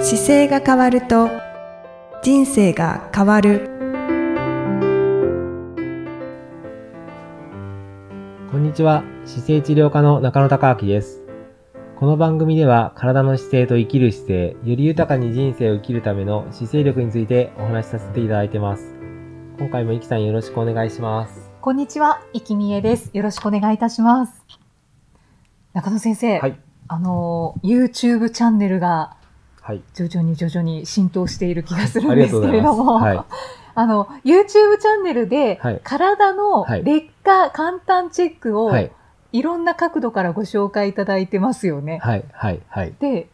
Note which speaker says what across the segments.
Speaker 1: 姿勢が変わると人生が変わる
Speaker 2: こんにちは。姿勢治療科の中野孝明です。この番組では、体の姿勢と生きる姿勢、より豊かに人生を生きるための姿勢力についてお話しさせていただいてます。今回もイキさんよろしくお願いします。
Speaker 3: こんにちは、いきみえです。よろしくお願いいたします。中野先生、
Speaker 2: はい。
Speaker 3: あの、YouTube チャンネルが
Speaker 2: はい。
Speaker 3: 徐々に徐々に浸透している気がする
Speaker 2: あ
Speaker 3: ん
Speaker 2: り
Speaker 3: で
Speaker 2: がと
Speaker 3: す
Speaker 2: うご
Speaker 3: け
Speaker 2: ざい
Speaker 3: れ
Speaker 2: ま
Speaker 3: ど
Speaker 2: す。
Speaker 3: も、
Speaker 2: はい。
Speaker 3: あの、YouTube チャンネルで、
Speaker 2: はい
Speaker 3: 体の
Speaker 2: はい
Speaker 3: 劣化簡単チェックを、
Speaker 2: はいい。、
Speaker 3: ろんな角度からご紹介いただいてますよね。
Speaker 2: はい。はい。はい。
Speaker 3: で、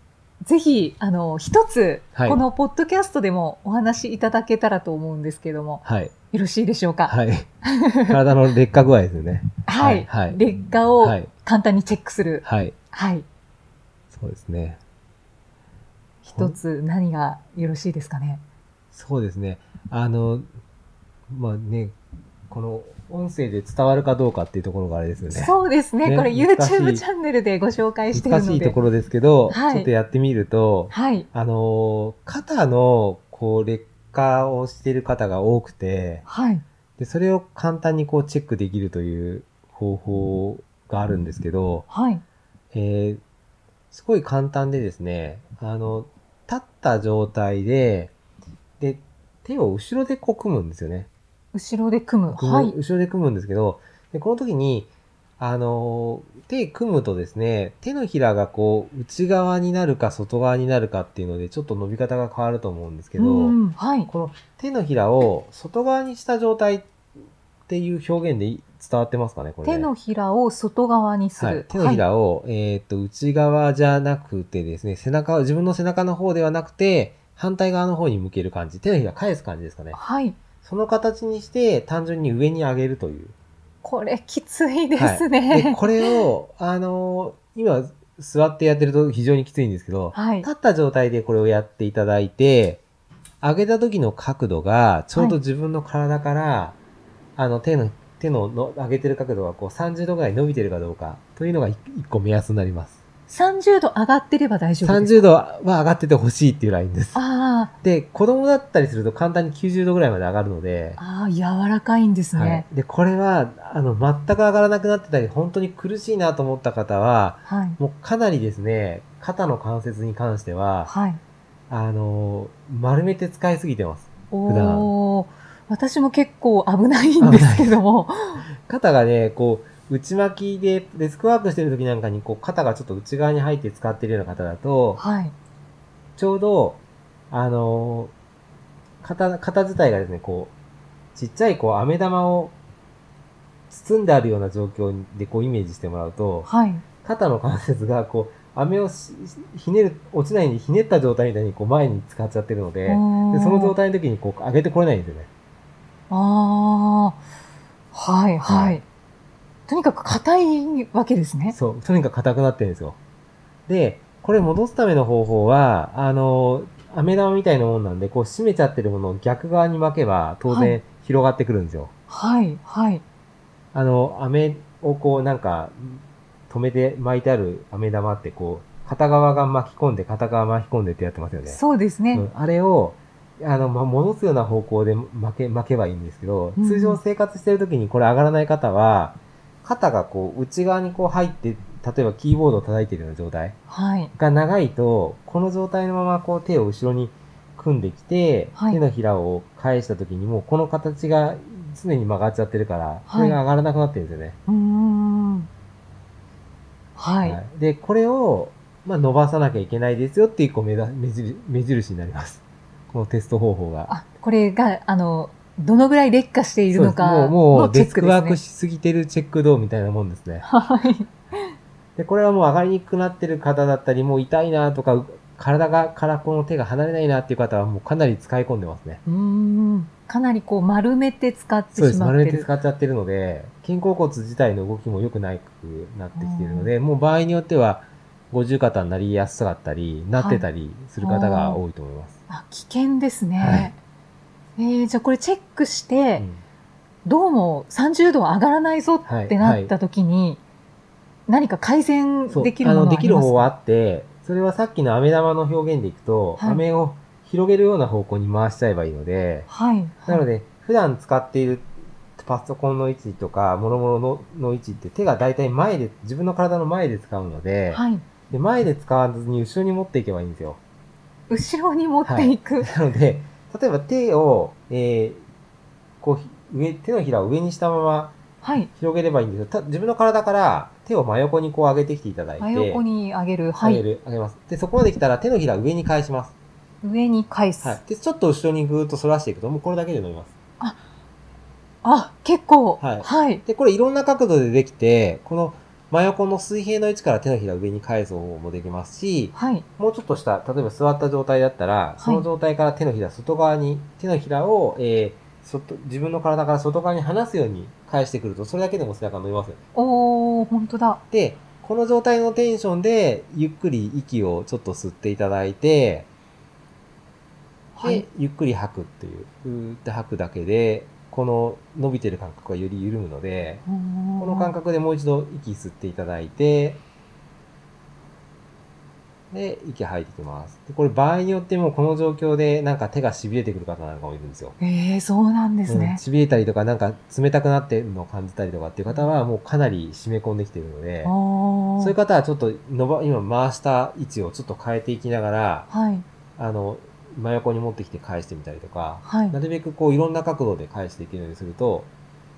Speaker 3: ぜひ、あの、一つ、
Speaker 2: はい
Speaker 3: このポッドキャストでもお話しいただけたらと思うんですけども、
Speaker 2: はい。
Speaker 3: よろしいでしょうか。
Speaker 2: はい。体の劣化具合ですよね。
Speaker 3: はい。
Speaker 2: はいはい
Speaker 3: 劣化を
Speaker 2: はい。
Speaker 3: 簡単にチェックする。
Speaker 2: はい。
Speaker 3: はい。
Speaker 2: そうですね。
Speaker 3: 一つ何がよろしいですかね。
Speaker 2: そうですね。あの、まあね、この音声で伝わるかどうかっていうところがあれですよね。
Speaker 3: そうですね。
Speaker 2: ね
Speaker 3: これ
Speaker 2: 難しい
Speaker 3: YouTube チャンネルでご紹介している
Speaker 2: 難し
Speaker 3: の
Speaker 2: いと
Speaker 3: で
Speaker 2: こ。ろですけど、
Speaker 3: はい
Speaker 2: ちょっとやってみると、
Speaker 3: はい。
Speaker 2: あの、肩のこう劣化をしている方が多くて、
Speaker 3: はい。
Speaker 2: で、それを簡単にこうチェックできるという方法があるんですけど、
Speaker 3: はい。
Speaker 2: えーすごい簡単でですね、あの、立った状態で、で、手を後ろでこう組むんですよね。
Speaker 3: 後ろで組む。
Speaker 2: 組む
Speaker 3: はい。
Speaker 2: 後ろで組むんですけど、でこの時に、あのー手組むとですね、手のひらがこう、内側になるか外側になるかっていうので、ちょっと伸び方が変わると思うんですけど、
Speaker 3: うん。はい。
Speaker 2: この手のひらを外側にした状態っていう表現でい伝わってますかね、これね、
Speaker 3: 手のひらを外側にす
Speaker 2: はい
Speaker 3: る。、
Speaker 2: 手のひ
Speaker 3: はい。
Speaker 2: らを、えーっと、内側じゃなくてですね、背中を、自分の背中の方ではなくて、反対側の方に向ける感じ。手のひら返す感じですかね。
Speaker 3: はい。
Speaker 2: その形にして、単純に上に上げるという。
Speaker 3: これきついで
Speaker 2: はい
Speaker 3: す
Speaker 2: で
Speaker 3: ね。
Speaker 2: これを、あのー今、座ってやってると非常にきついんですけど、
Speaker 3: はい。
Speaker 2: 立った状態でこれをやっていただいて、上げた時の角度が、ちょうど自分の体から、あの、手の、手のの上げてる角度がこう30度ぐらい伸びてるかどうか、というのが一一個目安になります。
Speaker 3: 30度上がってれば大丈夫です。
Speaker 2: 30度は上がっててほしいっていうラインです。
Speaker 3: あ
Speaker 2: で、子供だったりすると簡単に90度ぐらいまで上がるので、
Speaker 3: あ、ああ、柔らかいんです
Speaker 2: はい
Speaker 3: ね。、
Speaker 2: で、これは、あの、全く上がらなくなってたり、本当に苦しいなと思った方は、
Speaker 3: はい。
Speaker 2: もうかなりですね、肩の関節に関しては、
Speaker 3: はい。
Speaker 2: あのー丸めて使いすぎてます。段
Speaker 3: おお。私も結構危ないんですけども。
Speaker 2: 肩がね、こう、内巻きでデスクワークしてる時なんかに、こう、肩がちょっと内側に入って使ってるような方だと、
Speaker 3: はい。
Speaker 2: ちょうど、あのー肩、肩自体がですね、こう、ちっちゃい、こう、飴玉を包んであるような状況で、こう、イメージしてもらうと、
Speaker 3: はい。
Speaker 2: 肩の関節が、こう、飴をしひねる、落ちないようにひねった状態みたいに、こう、前に使っちゃってるので、で、その状態
Speaker 3: 態。
Speaker 2: の時にこう上げてこれないんですよね。
Speaker 3: ああ。はい、
Speaker 2: は
Speaker 3: はいい。とにかく硬いわけですね。
Speaker 2: そう。とにかく硬くなってるんですよ。で、これ戻すための方法は、あの、飴玉みたいなもんなんで、こう締めちゃってるものを逆側に巻けば、当
Speaker 3: は
Speaker 2: 然広がってくるんですよ。
Speaker 3: はい、はい。
Speaker 2: あの、飴をこうなんか、止めて巻いてある飴玉ってこう、片側が巻き込んで、片側巻き込んでってやってますよね。
Speaker 3: そうですね。
Speaker 2: うんあれを、あの、ま、戻すような方向で巻け、巻けばいいんですけど、
Speaker 3: うん
Speaker 2: 通常生活してる時にこれ上がらない方は、肩がこう内側にこう入って、例えばキーボードを叩いてるような状態
Speaker 3: はい。
Speaker 2: が長いと、この状態のままこう手を後ろに組んできて、
Speaker 3: はい
Speaker 2: 手のひらを返した時にもうこの形が常に曲がっちゃってるから、これが上がらなくなってるんですよね。
Speaker 3: うーん。はい。
Speaker 2: はいで、これを、まあ、伸ばさなきゃいけないですよっていう個目だ目印目印になります。このテスト方法が。
Speaker 3: あ、これが、あの、どのぐらい劣化しているの
Speaker 2: そうで
Speaker 3: か
Speaker 2: すもうも
Speaker 3: の
Speaker 2: うデ
Speaker 3: チェッ
Speaker 2: ス
Speaker 3: ク
Speaker 2: ク
Speaker 3: で
Speaker 2: ワー
Speaker 3: す
Speaker 2: ク
Speaker 3: ね。
Speaker 2: しすぎてるチェック動みたいなもんですね。
Speaker 3: はい。
Speaker 2: でこれはもう上がりにくくなってる方だったり、もう痛いなとか、う体がからこの手が離れないなっていう方はもうかなり使い込んでますね。
Speaker 3: うーん。かなりこう丸めて使って
Speaker 2: そうで
Speaker 3: し
Speaker 2: す。
Speaker 3: まっ
Speaker 2: 丸め
Speaker 3: て
Speaker 2: て
Speaker 3: る。
Speaker 2: 使っちゃってるので、肩甲骨自体の動きも良くなくなってきてるので、もう場合によっては、五十肩になりやすかったり、なってたりする方が多いと思います。
Speaker 3: あ、危険です
Speaker 2: はい
Speaker 3: ね。えー、じゃあこれチェックし
Speaker 2: う
Speaker 3: て、
Speaker 2: ん
Speaker 3: どうも30度上がらないぞってなった時に、何か改善
Speaker 2: そう
Speaker 3: できるものは
Speaker 2: で
Speaker 3: あ
Speaker 2: き
Speaker 3: り
Speaker 2: る
Speaker 3: ます
Speaker 2: 方
Speaker 3: か
Speaker 2: はあって、それはさっきの飴玉の表現でいくと、
Speaker 3: はい
Speaker 2: 飴を広げるような方向に回しちゃえばいいので、
Speaker 3: はい。
Speaker 2: なの
Speaker 3: で、
Speaker 2: で、普段使っているパソコンの位置とか、諸々のの位置って手が大体前で、自分の体の前で使うので、
Speaker 3: はい。
Speaker 2: で前で使わずに後ろに持っていけばいいんですよ。
Speaker 3: 後ろに持っていく。
Speaker 2: なので、例えば手を、えーこうひ、上、手のひらを上にしたまま
Speaker 3: はい。
Speaker 2: 広げればいいんですよ。た自分の体から手を真横にこう上げてきていただいて、
Speaker 3: 真横に上げる。は
Speaker 2: 上げ
Speaker 3: い。
Speaker 2: る、上げます。で、そこまで来たら手のひらを上に返します。
Speaker 3: 上に返す。
Speaker 2: はい。で、ちょっと後ろにぐーっと反らしていくと、もうこれだけで伸びます。
Speaker 3: あ、結構。
Speaker 2: はい
Speaker 3: はい。
Speaker 2: で、これいろんな角度でできて、この真横の水平の位置から手のひらを上に返す方法もできますし、
Speaker 3: はい。
Speaker 2: もうちょっとした、例えば座った状態だったら、その状態から手のひら外側に、手のひらを、えー、外、自分の体から外側に離すように返してくると、それだけでも背中伸びますよね。
Speaker 3: おー、本当だ。
Speaker 2: で、この状態のテンションで、ゆっくり息をちょっと吸っていただいて、
Speaker 3: は
Speaker 2: で
Speaker 3: い。、
Speaker 2: ゆっくり吐くっていう、ふーって吐くだけで、この伸びてる感覚がより緩むので、
Speaker 3: こ
Speaker 2: こ
Speaker 3: の
Speaker 2: の感。覚でもう一度息吸っていただいて、で、息吐いていきます。でこれ場合によってもうこの状況でなんか手が痺れてくる方なんかもいるんですよ。
Speaker 3: えー、そうなんです
Speaker 2: うん
Speaker 3: ね。
Speaker 2: 痺れたりとかなんか冷たくなってるのを感じたりとかっていう方はもうかなり締め込んできているので、
Speaker 3: おー。
Speaker 2: そういう方はちょっと伸ば、今回した位置をちょっと変えていきながら、
Speaker 3: はい。
Speaker 2: あの、真横に持ってきて返してみたりとか、
Speaker 3: はい
Speaker 2: な。るべくこういろんな角度で返していけるようにすると、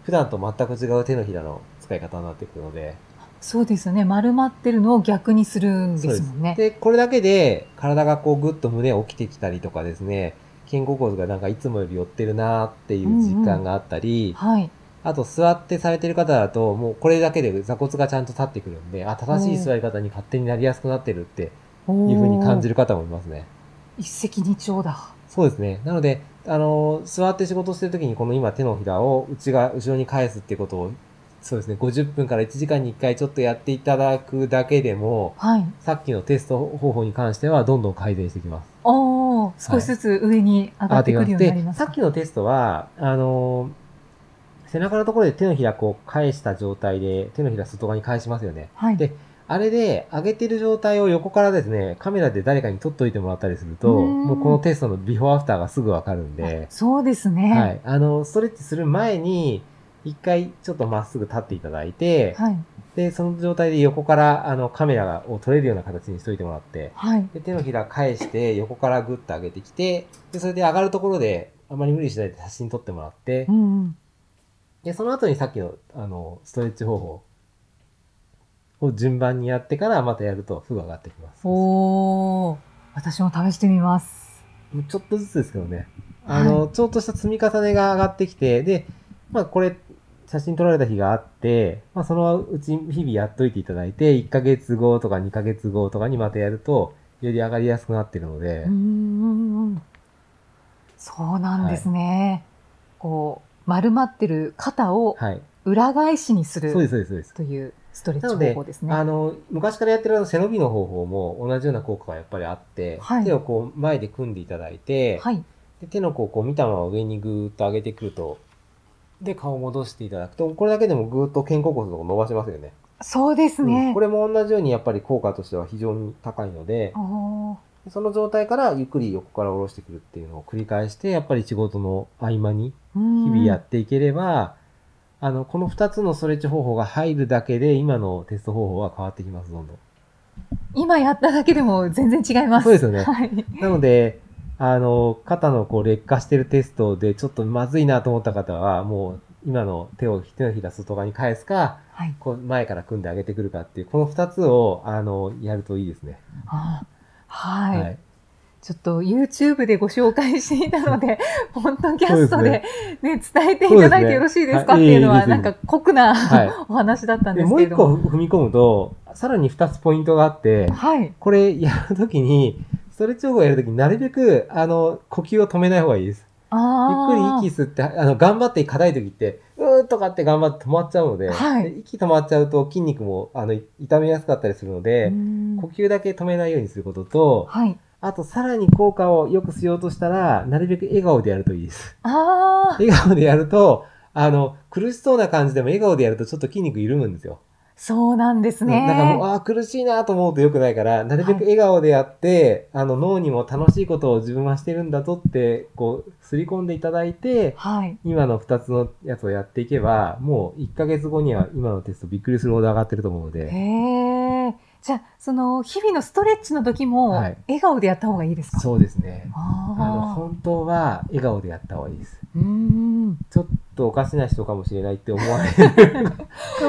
Speaker 2: 普段と全く違う手のひらの使い方になってくるので、
Speaker 3: そうですよね。丸まってるのを逆にするん
Speaker 2: そう
Speaker 3: ですもんね。
Speaker 2: で、これだけで体がこうぐっと胸起きてきたりとかですね、肩甲骨がなんかいつもより寄ってるなーっていう実感があったり、
Speaker 3: はい。
Speaker 2: あと座ってされてる方だともうこれだけで座骨がちゃんと立ってくるんで、あ、正しい座り方に勝手になりやすくなってるって
Speaker 3: お
Speaker 2: いうふうに感じる
Speaker 3: る。
Speaker 2: 方もいますね。
Speaker 3: 一石二鳥だ。
Speaker 2: そうですね。なので、あの、座って仕事してるときに、この今手のひらを内側、後ろに返すってことを、そうですね、50分から1時間に1回ちょっとやっていただくだけでも、
Speaker 3: はい。
Speaker 2: さっきのテスト方法に関しては、どんどん改善してきます。
Speaker 3: おー、少しずつ上に上がってくるようになり
Speaker 2: で
Speaker 3: ます。
Speaker 2: さっきのテストは、あの、背中のところで手のひらこう返した状態で、手のひら外側に返しますよね。
Speaker 3: はい。
Speaker 2: であれで、上げてる状態を横からですね、カメラで誰かに撮っといてもらったりすると、
Speaker 3: うん
Speaker 2: もうこのテストのビフォーアフターがすぐわかるんで、
Speaker 3: そうですね。
Speaker 2: はい。あの、ストレッチする前に、一回ちょっとまっすぐ立っていただいて、
Speaker 3: はい。
Speaker 2: で、その状態で横からあのカメラを撮れるような形にしといてもらって、
Speaker 3: はい。
Speaker 2: で、手のひら返して横からグッと上げてきて、で、それで上がるところで、あまり無理しないで写真撮ってもらって
Speaker 3: う、んうん。
Speaker 2: で、その後にさっきの、あの、ストレッチ方法を順番にやってからまたやると、すぐ上がってきます。
Speaker 3: おー、私も試してみます。
Speaker 2: ちょっとずつですけどね。あの、ちょっとした積み重ねが上がってきて、で、まあこれ、写真撮られた日があって、まあそのうち日々やっといていただいて、1ヶ月後とか2ヶ月後とかにまたやると、より上がりやすくなってるので
Speaker 3: う、んうんうん。そうなんですね。こう、丸まってる肩を
Speaker 2: はい。
Speaker 3: 裏返しにす
Speaker 2: そうです、
Speaker 3: る
Speaker 2: そうです、そうです。
Speaker 3: というストレッチ
Speaker 2: なの
Speaker 3: 方
Speaker 2: で
Speaker 3: 法です、ね。
Speaker 2: あの、昔からやってるあの背伸びの方法も同じような効果がやっぱりあって、
Speaker 3: はい
Speaker 2: 手をこう前で組んでいただいて、
Speaker 3: はい。
Speaker 2: で手の甲をこう見たまま上にぐーっと上げてくると、で、顔を戻していただくと、これだけでもぐーっと肩甲骨を伸ばしますよね。
Speaker 3: そうです
Speaker 2: う
Speaker 3: ね。
Speaker 2: んこれも同じようにやっぱり効果としては非常に高いので、
Speaker 3: おー
Speaker 2: その状態からゆっくり横から下ろしてくるっていうのを繰り返して、やっぱり仕事の合間に日々やっていければ、あの、この2つのストレッチ方法が入るだけで、今のテスト方法は変わってきます、どんどん。
Speaker 3: 今やっただけでも全然違います。
Speaker 2: そうですよね
Speaker 3: はい。
Speaker 2: なので、あの、肩のこう劣化してるテストでちょっとまずいなと思った方は、もう今の手を手のひら外側に返すか、
Speaker 3: はい。
Speaker 2: こう前から組んであげてくるかっていう、この2つを、あの、やるといいですね。
Speaker 3: あーはい。。ちょっと YouTube でご紹介していたので、ポッドキャストで、ね伝えていただいてよろしいですか
Speaker 2: そ
Speaker 3: っ
Speaker 2: うで
Speaker 3: て
Speaker 2: すね
Speaker 3: いうの
Speaker 2: はい
Speaker 3: は、
Speaker 2: いえいえ
Speaker 3: ない
Speaker 2: え
Speaker 3: んか酷な、
Speaker 2: は
Speaker 3: お話だったん
Speaker 2: で
Speaker 3: です
Speaker 2: も
Speaker 3: け
Speaker 2: う
Speaker 3: れ
Speaker 2: 一
Speaker 3: ど
Speaker 2: 個
Speaker 3: も。
Speaker 2: 踏み込むと、さらに二つポイントがあって、
Speaker 3: はい。
Speaker 2: これやるときに、ストレッチ方法やるときになるべく、あの、呼吸を止めない方がいいです。ゆっく
Speaker 3: ああ。
Speaker 2: り息吸って、あの、頑張って硬いときって、うーっとかって頑張って止まっちゃうので、
Speaker 3: はい
Speaker 2: で息止まっちゃうと筋肉も、あの、い痛めやすかったりするので、呼
Speaker 3: り
Speaker 2: 吸だけ止めないようにすることと、
Speaker 3: はい。
Speaker 2: あとさらに効果を良くしようとしたら、なるべく笑顔でやるといいです。
Speaker 3: ああ。
Speaker 2: 笑顔でやると、あの、苦しそうな感じでも笑顔でやるとちょっと筋肉緩むんですよ。
Speaker 3: そうなんですね。
Speaker 2: なんかもう、ああ、苦しいなと思うと良くないから、なるべく笑顔でやって、あの、脳にも楽しいことを自分はしてるんだぞって、こう、すり込んでいただいて、
Speaker 3: はい。
Speaker 2: 今の2つのやつをやっていけば、もう1ヶ月後には今のテストびっくりするほど上がってると思うので。
Speaker 3: へえ。じゃあ、その、日々のストレッチの時も、笑顔でやった方がいいですか、はい、
Speaker 2: そうですね。
Speaker 3: あ
Speaker 2: あの、本当は笑顔でやった方がいいです。
Speaker 3: うん。
Speaker 2: ちょっとおかしな人かもしれないって思われる か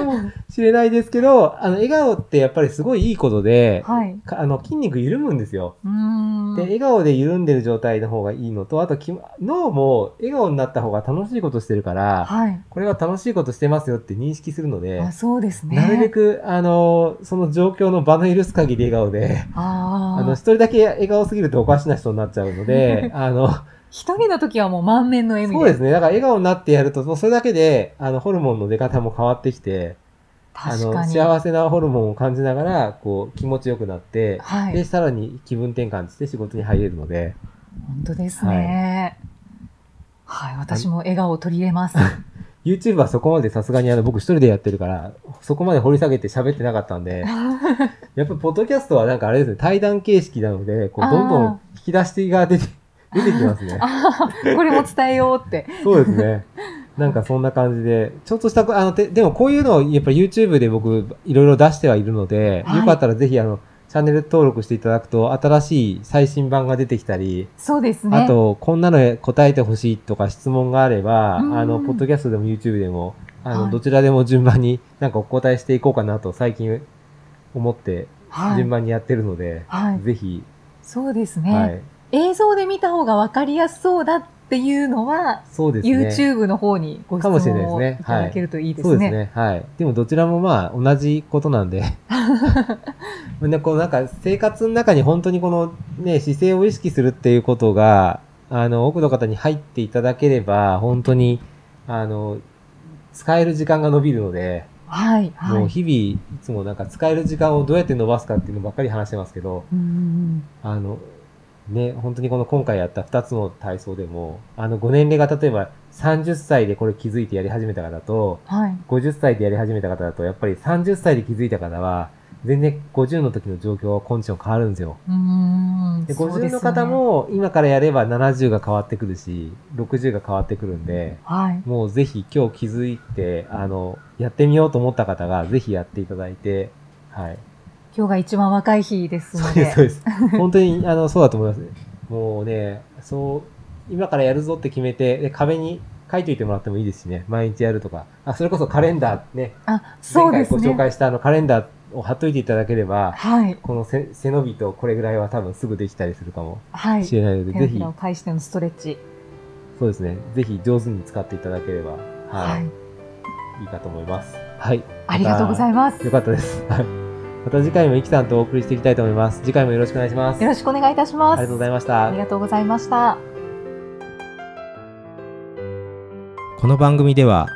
Speaker 2: もしれないですけど、あの、笑顔ってやっぱりすごいいいことで、
Speaker 3: はい、
Speaker 2: あの、筋肉緩むんですよ。で、
Speaker 3: で、
Speaker 2: 笑顔で緩んでる状態の方がいいのと、あとき、脳も笑顔になった方が楽しいことしてるから、
Speaker 3: はい、
Speaker 2: これは楽しいことしてますよって認識するので、
Speaker 3: あそうですね。
Speaker 2: なるべく、あの、その状況の場の許す限り笑顔で、
Speaker 3: あ
Speaker 2: あの、一人だけ笑顔すぎるとおかしな人になっちゃうの で、あの、
Speaker 3: 一人の時はもう満面の笑みで。
Speaker 2: そうですね。だから笑顔になってやると、それだけで、あの、ホルモンの出方も変わってきて、あの、幸せなホルモンを感じながら、こう、気持ちよくなって、
Speaker 3: はい、
Speaker 2: で、さらに気分転換して仕事に入れるので。
Speaker 3: 本当ですね。はい、はい、私も笑顔を取り入れます。
Speaker 2: YouTube はそこまでさすがにあの僕一人でやってるから、そこまで掘り下げて喋ってなかったん で、やっぱポッドキャストはなんかあれですね、対談形式なので、こうどんどん引き出しが出て、出てきますね。
Speaker 3: これも伝えようって。
Speaker 2: そうですね。なんかそんな感じで、ちょっとした、あの、ででもこういうのをやっぱり YouTube で僕いろいろ出してはいるので、
Speaker 3: はい
Speaker 2: よかったらぜひあの、チャンネル登録していただくと、新しい最新版が出てきたり、
Speaker 3: そうですね。
Speaker 2: あと、こんなの答えてほしいとか質問があれば、あの、ポッドキャストでも YouTube でも、あの、
Speaker 3: はい
Speaker 2: どちらでも順番になんかお答えしていこうかなと最近思って、
Speaker 3: はい
Speaker 2: 順番にやってるので、
Speaker 3: はい
Speaker 2: ぜひ、
Speaker 3: そうです
Speaker 2: は
Speaker 3: ね。
Speaker 2: い。
Speaker 3: 映像で見た方がわかりやすそうだっていうのは、
Speaker 2: そうですね。
Speaker 3: YouTube の方にご質
Speaker 2: かもしれないです
Speaker 3: 問を
Speaker 2: ね
Speaker 3: いただけるといいで
Speaker 2: そう
Speaker 3: す
Speaker 2: です
Speaker 3: ね。
Speaker 2: ね。はい。でもどちらもまあ同じことなん で。ね、こうなんか生活の中に本当にこのね、姿勢を意識するっていうことが、あの、多くの方に入っていただければ、本当に、あの、使える時間が伸びるので、
Speaker 3: はい、は
Speaker 2: もう
Speaker 3: い。
Speaker 2: 日々いつもなんか使える時間をどうやって伸ばすかっていうのばっかり話してますけど、
Speaker 3: うん
Speaker 2: あの、ね、本当にこの今回やった2つの体操でも、あの、ご年齢が例えば30歳でこれ気づいてやり始めた方と、
Speaker 3: はい。
Speaker 2: 50歳でやり始めた方だと、やっぱり30歳で気づいた方は、全然50の時の状況、コンディション変わるんですよ。
Speaker 3: うん
Speaker 2: で、
Speaker 3: そう
Speaker 2: 50
Speaker 3: です
Speaker 2: の
Speaker 3: ね
Speaker 2: 方、も、今からやれば70が変わってくるし、60が変わってくるんで、
Speaker 3: はい。
Speaker 2: もうぜひ今日気づいて、あの、やってみようと思った方が、ぜひやっていただいて、はい。
Speaker 3: 今日が一番若い日です
Speaker 2: そ
Speaker 3: の
Speaker 2: うで
Speaker 3: で。
Speaker 2: す、そうです。本当に、あの、そうだと思います。もうね、そう、今からやるぞって決めて、で、壁に書いといてもらってもいいですしね、毎日やるとか。あ、それこそカレンダーね、
Speaker 3: あ、そ
Speaker 2: 前
Speaker 3: う
Speaker 2: 回
Speaker 3: です
Speaker 2: ご
Speaker 3: ね
Speaker 2: 紹。介したあのカレンダーを貼っといていただければ、
Speaker 3: はい。
Speaker 2: このせ背伸びとこれぐらいは多分すぐできたりするかも
Speaker 3: はい。
Speaker 2: し
Speaker 3: 手
Speaker 2: れないので、
Speaker 3: の
Speaker 2: ぜ
Speaker 3: ひ
Speaker 2: ひ
Speaker 3: ら、を返してのストレッチ。
Speaker 2: そうですね、ぜひ上手に使っていただければ、は、
Speaker 3: はいい。
Speaker 2: い、いかと思います。はい。
Speaker 3: ありがとうござ
Speaker 2: ま
Speaker 3: います。
Speaker 2: た。よかったです。はい。また次回もイキさんとお送りしていきたいと思います。次回もよろしくお願いします。
Speaker 3: よろしくお願いいたします。
Speaker 2: ありがとうございまし
Speaker 3: あ
Speaker 2: た
Speaker 3: り。がとうございました。
Speaker 2: この番組では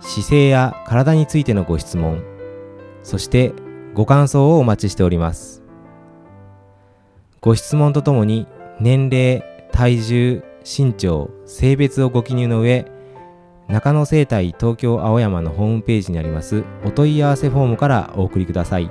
Speaker 2: 姿勢や体についてのご質問そしてご感想をお待ちしておりますご質問とともに年齢体重身長性別をご記入の上中野生態東京青山のホームページにありますお問い合わせフォームからお送りください